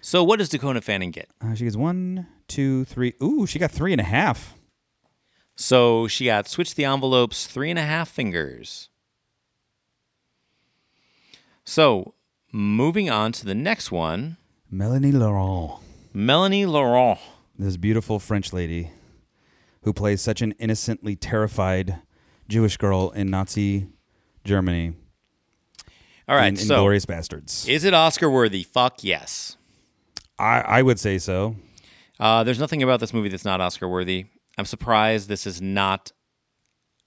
S3: So what does Dakota Fanning get?
S2: Uh, she gets one, two, three. Ooh, she got three and a half.
S3: So she got switch the envelopes, three and a half fingers. So moving on to the next one,
S2: Melanie Laurent,
S3: Melanie Laurent.
S2: this beautiful French lady who plays such an innocently terrified Jewish girl in Nazi Germany
S3: All right,
S2: in, in
S3: so
S2: Glorious Bastards.
S3: is it Oscar worthy? Fuck yes.
S2: I, I would say so.
S3: Uh, there's nothing about this movie that's not Oscar worthy. I'm surprised this is not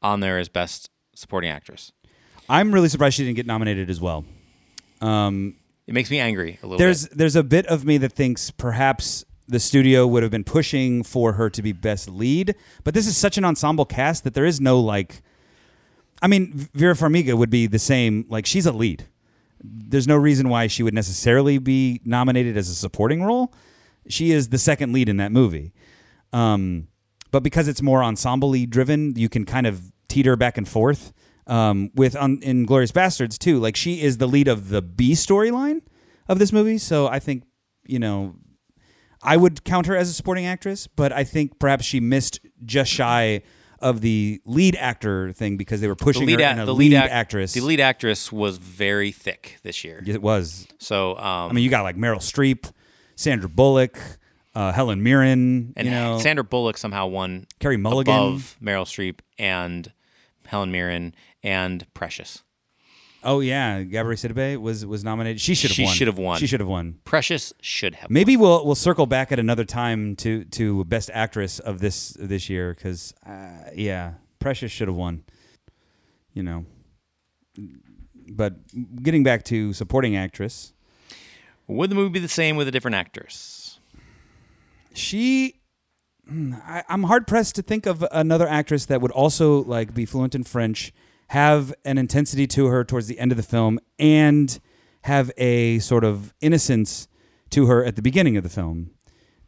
S3: on there as best supporting actress.
S2: I'm really surprised she didn't get nominated as well.
S3: It makes me angry a little
S2: There's
S3: bit.
S2: there's a bit of me that thinks perhaps the studio would have been pushing for her to be best lead, but this is such an ensemble cast that there is no like. I mean, Vera Farmiga would be the same. Like she's a lead. There's no reason why she would necessarily be nominated as a supporting role. She is the second lead in that movie. Um, but because it's more ensemble driven, you can kind of teeter back and forth. Um, with on in Glorious Bastards too, like she is the lead of the B storyline of this movie, so I think you know I would count her as a supporting actress, but I think perhaps she missed just shy of the lead actor thing because they were pushing
S3: the lead,
S2: her
S3: ac-
S2: in a
S3: the
S2: lead,
S3: lead ac-
S2: actress.
S3: The lead actress was very thick this year.
S2: Yes, it was.
S3: So um,
S2: I mean, you got like Meryl Streep, Sandra Bullock, uh, Helen Mirren,
S3: and
S2: you know,
S3: Sandra Bullock somehow won
S2: Carrie Mulligan.
S3: above Meryl Streep and Helen Mirren and Precious.
S2: Oh yeah, Gabrielle Sidibe was was nominated. She should have
S3: She
S2: won.
S3: should have won.
S2: She should have won.
S3: Precious should have.
S2: Maybe we'll we'll circle back at another time to to best actress of this this year because uh, yeah, Precious should have won. You know, but getting back to supporting actress,
S3: Would the movie be the same with a different actress?
S2: she mm, I, i'm hard pressed to think of another actress that would also like be fluent in french have an intensity to her towards the end of the film and have a sort of innocence to her at the beginning of the film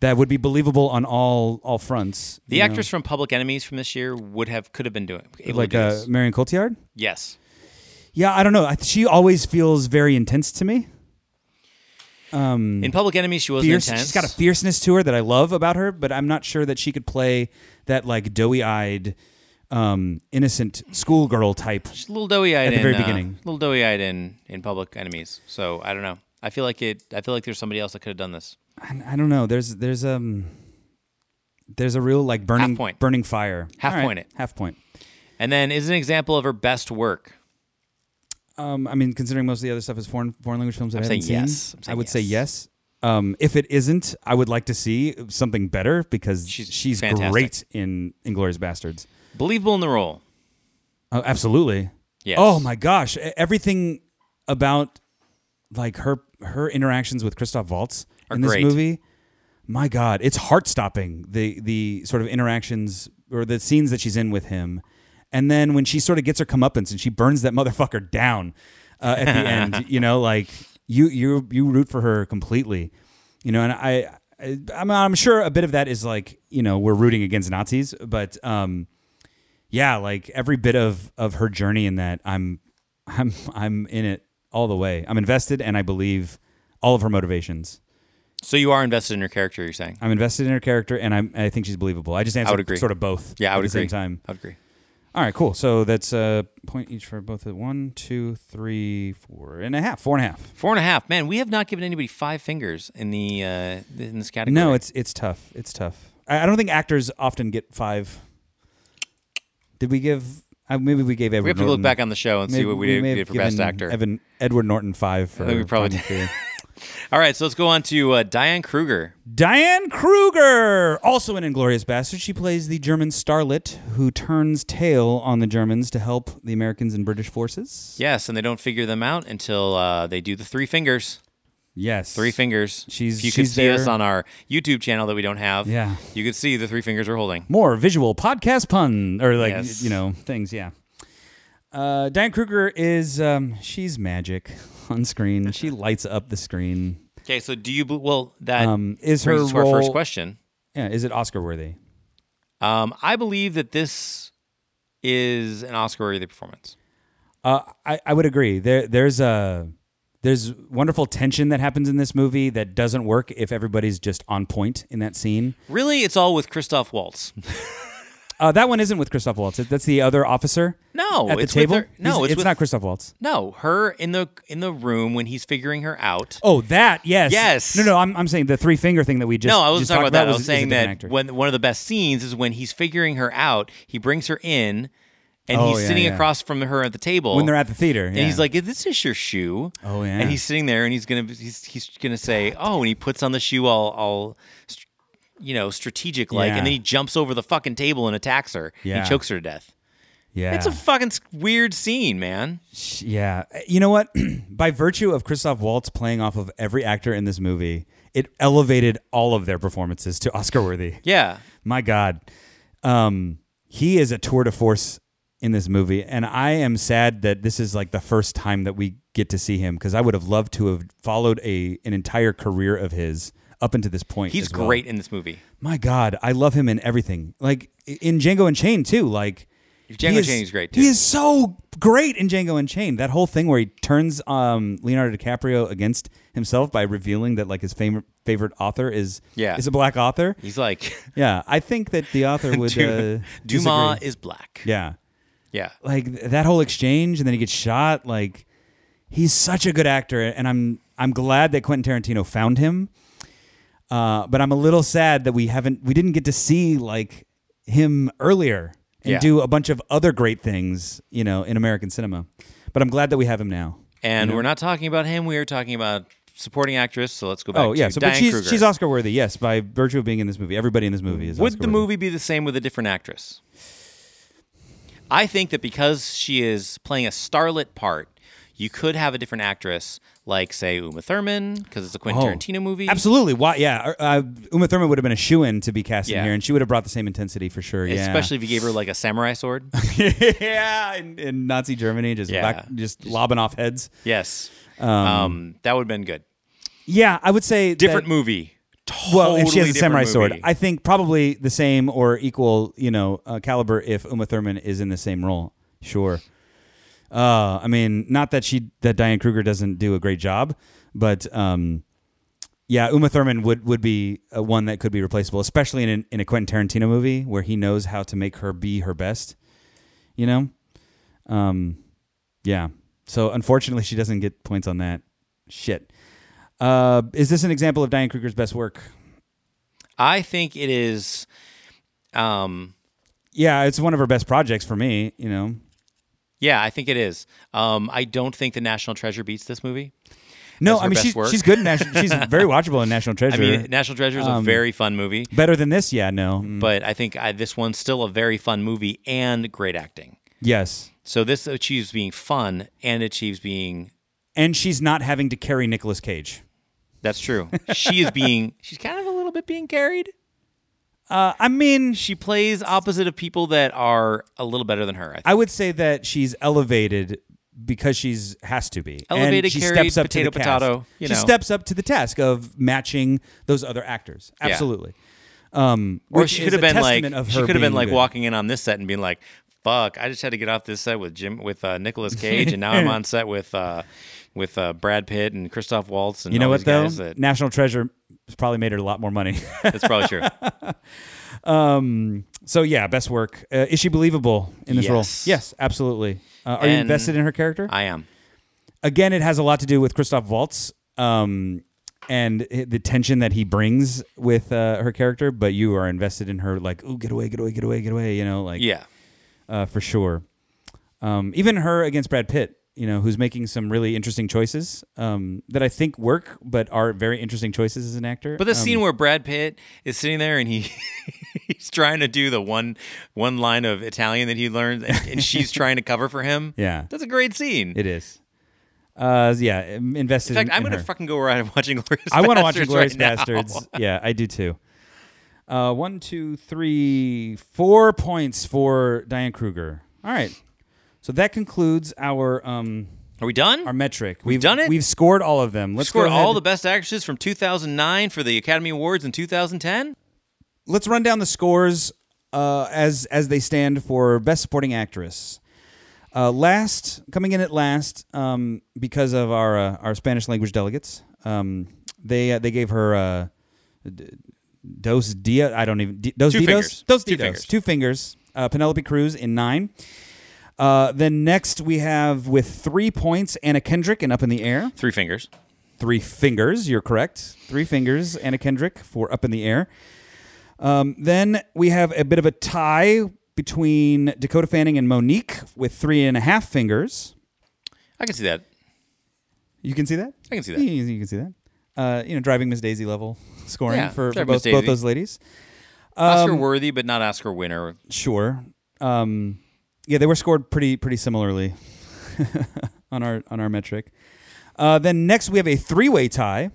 S2: that would be believable on all all fronts
S3: The
S2: you know?
S3: actress from Public Enemies from this year would have could have been doing able
S2: like
S3: to do
S2: uh,
S3: this.
S2: marion cotillard
S3: Yes.
S2: yeah i don't know I, she always feels very intense to me
S3: In Public Enemies, she wasn't
S2: Mm. fierce.
S3: intense.
S2: She's got a fierceness to her that I love about her, but I'm not sure that she could play that like doughy-eyed, um, innocent schoolgirl type.
S3: She's a little doughy-eyed
S2: At the
S3: in,
S2: very
S3: uh,
S2: beginning.
S3: little doughy-eyed in in Public Enemies. So I don't know. I feel like it. I feel like there's somebody else that could have done this.
S2: I, I don't know. There's there's um there's a real like burning
S3: Half point.
S2: burning fire.
S3: Half
S2: All right,
S3: point it.
S2: Half point.
S3: And then is an example of her best work.
S2: Um, I mean, considering most of the other stuff is foreign foreign language films, I haven't
S3: saying
S2: seen.
S3: yes. I'm
S2: I
S3: saying
S2: would say
S3: yes.
S2: yes. Um, if it isn't, I would like to see something better because
S3: She's
S2: she's, she's
S3: fantastic.
S2: great in Inglorious Bastards.
S3: Believable in the role.
S2: Oh, absolutely.
S3: Yes.
S2: Oh my gosh, E- everything about like her her interactions with Christoph Waltz
S3: Are
S2: in this
S3: great.
S2: movie. My god, it's heart-stopping the the sort of interactions or the scenes that she's in with him. And then when she sort of gets her comeuppance and she burns that motherfucker down uh, at the end, you know, like you you you root for her completely. You know, and I, I I'm I'm sure a bit of that is like, you know, we're rooting against Nazis, but um yeah, like every bit of of her journey in that, I'm I'm I'm in it all the way. I'm invested and I believe all of her motivations.
S3: So you are invested in her character, you're saying?
S2: I'm invested in her character and I'm I think she's believable. I just answered
S3: agree.
S2: sort of both.
S3: Yeah, I
S2: at
S3: would
S2: the same
S3: agree.
S2: time.
S3: I would agree.
S2: All right, cool. So that's a point each for both of one, two, three, four and a half, four and a half.
S3: Four and a half. Man, we have not given anybody five fingers in the uh, in this category.
S2: No, it's it's tough. It's tough. I, I don't think actors often get five. Did we give? Uh, maybe we gave Edward.
S3: we have to
S2: Norton.
S3: look back on the show and see what we,
S2: may
S3: did,
S2: have
S3: did for best
S2: given
S3: actor.
S2: Evan Edward Norton five for.
S3: think we probably
S2: Finding Fear.
S3: All right, so let's go on to uh, Diane Kruger.
S2: Diane Kruger, also in Inglorious Bastard, she plays the German starlet who turns tail on the Germans to help the Americans and British forces.
S3: Yes, and they don't figure them out until uh, they do the three fingers.
S2: Yes,
S3: Three fingers.
S2: She's-
S3: If you
S2: she's
S3: could see
S2: there.
S3: us on our YouTube channel that we don't have.
S2: Yeah.
S3: You could see the three fingers we're holding.
S2: more visual podcast pun or like
S3: Yes.
S2: you know things. Yeah, uh, Diane Kruger is um, she's magic on screen. she lights up the screen.
S3: Okay, so do you bel- well that
S2: Um, is her
S3: brings us to our first
S2: role-
S3: question?
S2: Yeah, is it Oscar worthy?
S3: Um, I believe that this is an Oscar-worthy performance.
S2: Uh, I, I would agree. There there's a there's wonderful tension that happens in this movie that doesn't work if everybody's just on point in that scene.
S3: Really, it's all with Christoph Waltz.
S2: Uh, that one isn't with Christoph Waltz. That's the other officer.
S3: No,
S2: at the
S3: it's with
S2: table.
S3: her- no,
S2: He's-
S3: it's
S2: it's,
S3: with-
S2: not Christoph Waltz.
S3: no, her in the in the room when he's figuring her out.
S2: Oh, that yes,
S3: Yes.
S2: No, no, I'm, I'm saying the three finger thing that we just
S3: No, I wasn't
S2: just
S3: talking
S2: talked
S3: about that. I was
S2: was, is a
S3: saying
S2: different
S3: that
S2: actor.
S3: when one of the best scenes is when he's figuring her out. He brings her in, and
S2: Oh,
S3: he's
S2: yeah,
S3: sitting
S2: yeah.
S3: across from her at the table
S2: When they're at the theater,
S3: And he's like, "Is this just your shoe?"
S2: Oh, yeah.
S3: And he's sitting there, and he's gonna he's he's gonna say, "Oh," and he puts on the shoe all all, str- you know, strategic like,
S2: Yeah.
S3: and then he jumps over the fucking table and attacks her.
S2: Yeah.
S3: He chokes her to death.
S2: yeah,
S3: It's a fucking s- weird scene, man.
S2: yeah. You know what? By virtue of Christoph Waltz playing off of every actor in this movie, it elevated all of their performances to Oscar worthy.
S3: Yeah.
S2: my god um he is a tour de force in this movie and i am sad that this is like the first time that we get to see him because i would have loved to have followed a an entire career of his up into this point
S3: He's
S2: as well.
S3: great in this movie.
S2: my god i love him in everything like i- in django and chain too like
S3: Django
S2: he
S3: and Chain is great, too.
S2: he is so great in django and chain that whole thing where he turns um leonardo dicaprio against himself by revealing that like his favorite favorite author is
S3: Yeah.
S2: is a black author
S3: He's like,
S2: yeah, I think that the author would
S3: Du-
S2: uh,
S3: Dumas
S2: disagree.
S3: is black.
S2: Yeah,
S3: Yeah.
S2: like th- that whole exchange, and then he gets shot. Like he's such a good actor, and I'm I'm glad that Quentin Tarantino found him. Uh, but I'm a little sad that we haven't we didn't get to see like him earlier and
S3: Yeah.
S2: do a bunch of other great things, you know, in American cinema. But I'm glad that we have him now.
S3: And we're not talking about him. We are talking about supporting actress. So let's go back.
S2: Oh yeah,
S3: to
S2: so
S3: Diane
S2: but she's
S3: Kruger.
S2: she's Oscar worthy, yes, by virtue of being in this movie. Everybody in this movie is
S3: Would the
S2: Oscar-worthy.
S3: movie be the same with a different actress? I think that because she is playing a starlet part, you could have a different actress, like say Uma Thurman, because it's a Quentin
S2: Oh,
S3: Tarantino movie.
S2: Absolutely. Why? Yeah. Uh, Uma Thurman would have been a shoe in to be cast
S3: Yeah.
S2: in here, and she would have brought the same intensity for sure. Yeah.
S3: especially if you gave her like a samurai sword.
S2: yeah, in, in Nazi Germany, just
S3: Yeah.
S2: back, just lobbing off heads.
S3: yes, um, that would have been good.
S2: Yeah, I would say
S3: Different
S2: that-
S3: movie.
S2: Well, if she
S3: Totally
S2: has a samurai
S3: different
S2: sword,
S3: movie.
S2: I think probably the same or equal, you know, uh, caliber if Uma Thurman is in the same role. Sure. Uh, I mean, not that she that Diane Kruger doesn't do a great job, but um, yeah, Uma Thurman would would be uh, one that could be replaceable, especially in an, in a Quentin Tarantino movie where he knows how to make her be her best. You know, um, yeah. So unfortunately, she doesn't get points on that. Shit. Uh, is this an example of Diane Kruger's best work?
S3: I think it is. Um,
S2: yeah, it's one of her best projects for me. You know,
S3: yeah, I think it is. Um, I don't think the National Treasure beats this movie.
S2: No,
S3: as her
S2: I mean
S3: best
S2: she's,
S3: work.
S2: she's good. In national, she's very watchable in National Treasure.
S3: I mean, National Treasure
S2: Um,
S3: is a very fun movie,
S2: better than this, yeah. No, Mm.
S3: but I think I, this one's still a very fun movie and great acting.
S2: yes,
S3: So this achieves being fun and achieves being.
S2: and she's not having to carry Nicolas Cage.
S3: That's true. She is being. She's kind of a little bit being carried.
S2: Uh, I mean,
S3: She plays opposite of people that are a little better than her. I think.
S2: I would say that she's elevated because she's has to be And
S3: Elevated,
S2: she
S3: carried,
S2: steps up to
S3: potato,
S2: the
S3: potato,
S2: Cast.
S3: you
S2: she
S3: know.
S2: steps up to the task of matching those other actors.
S3: Yeah.
S2: Absolutely. Um,
S3: or
S2: which
S3: she
S2: is
S3: could have
S2: a
S3: been like.
S2: testament of
S3: She
S2: her
S3: could have been
S2: being
S3: like
S2: good.
S3: walking in on this set and being like, "Fuck! I just had to get off this set with Jim with uh, Nicolas Cage, and now I'm on set with." Uh, with uh, Brad Pitt and Christoph Waltz, and
S2: You know
S3: all
S2: what
S3: these
S2: though?
S3: guys that-
S2: National Treasure has probably made her a lot more money.
S3: that's probably true.
S2: um, so yeah, best work. Uh, is she believable in this role?
S3: Yes.
S2: Yes, absolutely. Uh, are you
S3: And
S2: invested in her character?
S3: I am.
S2: again, it has a lot to do with Christoph Waltz um, and i- the tension that he brings with uh, her character. But you are invested in her, like, ooh, get away, get away, get away, get away. You know, like,
S3: Yeah.
S2: uh, for sure. Um, even her against Brad Pitt, you know, who's making some really interesting choices um, that I think work, but are very interesting choices as an actor.
S3: But the
S2: Um,
S3: scene where Brad Pitt is sitting there and he he's trying to do the one one line of Italian that he learned and, and she's trying to cover for him.
S2: Yeah.
S3: That's a great scene.
S2: it is. Uh, yeah, I'm invested.
S3: in fact,
S2: in,
S3: I'm
S2: in
S3: gonna
S2: her.
S3: fucking go around and watching Glorious
S2: I want to watch
S3: Bastards
S2: Glorious
S3: right now.
S2: Bastards. Yeah, I do too. Uh, one, two, three, four points for Diane Kruger. All right. So that concludes our um
S3: Are we done?
S2: our metric. We've,
S3: done it?
S2: We've scored all of them. Let's
S3: Scored
S2: go ahead-
S3: all the best actresses from 2009 for the Academy Awards in 2010.
S2: Let's run down the scores uh, as as they stand for Best Supporting Actress. Uh, last, coming in at last, um, because of our uh, our Spanish language delegates, um, they uh, they gave her uh, d- dos dia. I don't even d- dos
S3: Two
S2: didos.
S3: fingers.
S2: Dos
S3: Two
S2: didos.
S3: fingers.
S2: Two fingers. Uh, Penelope Cruz in nine. Uh, then next we have with three points Anna Kendrick and Up in the Air.
S3: Three fingers.
S2: Three fingers. You're correct. Three fingers. Anna Kendrick for Up in the Air. Um, then we have a bit of a tie between Dakota Fanning and Monique with three and a half fingers.
S3: I can see that.
S2: You can see that.
S3: I can see that.
S2: You, you can see that. Uh, you know, driving Miss Daisy level scoring
S3: Yeah,
S2: for, for
S3: Driving
S2: both
S3: Miss
S2: both
S3: Daisy.
S2: those ladies.
S3: Oscar
S2: Um,
S3: worthy, but not Oscar winner.
S2: Sure. Um, yeah, they were scored pretty pretty similarly on our on our metric. Uh, then next we have a three way tie.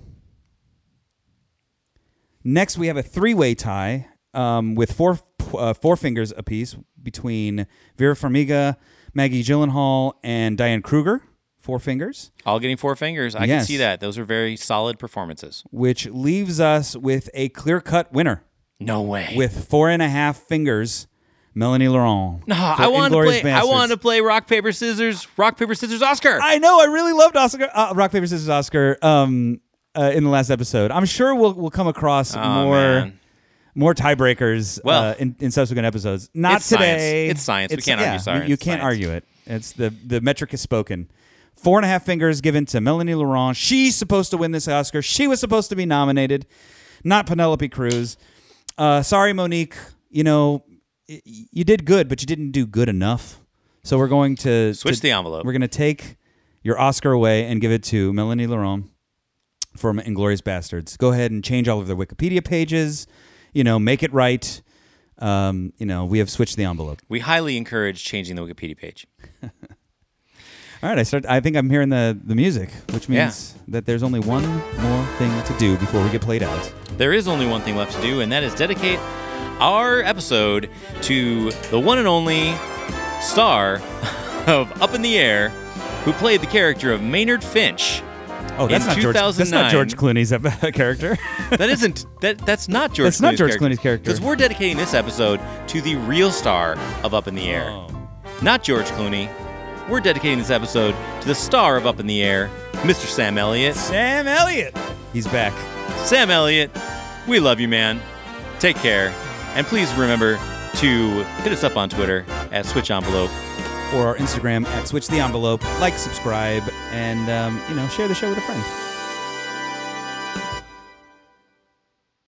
S2: Next we have a three way tie um, with four uh, four fingers apiece between Vera Farmiga, Maggie Gyllenhaal, and Diane Kruger. Four fingers.
S3: All getting four fingers. I
S2: Yes.
S3: can see that. Those are very solid performances.
S2: which leaves us with a clear cut winner
S3: No way.
S2: with four and a half fingers, Melanie Laurent.
S3: No, Ah, I want to play. I want to play rock paper scissors. Rock paper scissors. Oscar.
S2: I know. I really loved Oscar, uh, Rock Paper Scissors Oscar. Um, uh, in the last episode, I'm sure we'll we'll come across more
S3: Oh, man.
S2: more tiebreakers.
S3: Well-
S2: uh, in, in subsequent episodes, not
S3: It's science.
S2: today.
S3: It's science. We can't
S2: yeah,
S3: argue science.
S2: You, you can't
S3: Science.
S2: argue it. It's the the metric is spoken. Four and a half fingers given to Melanie Laurent. She's supposed to win this Oscar. She was supposed to be nominated, not Penelope Cruz. Uh, sorry, Monique. You know, y- you did good, but you didn't do good enough. So we're going to
S3: Switch
S2: to-
S3: the envelope.
S2: We're going to take your Oscar away and give it to Melanie Laurent from Inglorious Bastards. Go ahead and change all of their Wikipedia pages. You know, make it right. Um, you know, we have switched the envelope.
S3: We highly encourage changing the Wikipedia page.
S2: All right, I start. I think I'm hearing the the music, which means that there's only one more thing to do before we get played out.
S3: There is only one thing left to do, and that is dedicate our episode to the one and only star of Up in the Air, who played the character of Maynard Finch.
S2: Oh, that's
S3: In
S2: not George. That's not
S3: 2009
S2: George Clooney's uh, character.
S3: That isn't that. That's not George.
S2: That's not George Clooney's character.
S3: Because we're dedicating this episode to the real star of Up in the Air,
S2: Oh.
S3: not George Clooney. We're dedicating this episode to the star of Up in the Air, Mr. Sam Elliott.
S2: Sam Elliott. He's back.
S3: Sam Elliott, we love you, man. Take care. And please remember to hit us up on Twitter at Switch Envelope.
S2: Or our Instagram at Switch the Envelope. Like, subscribe, and um, you know, share the show with a friend.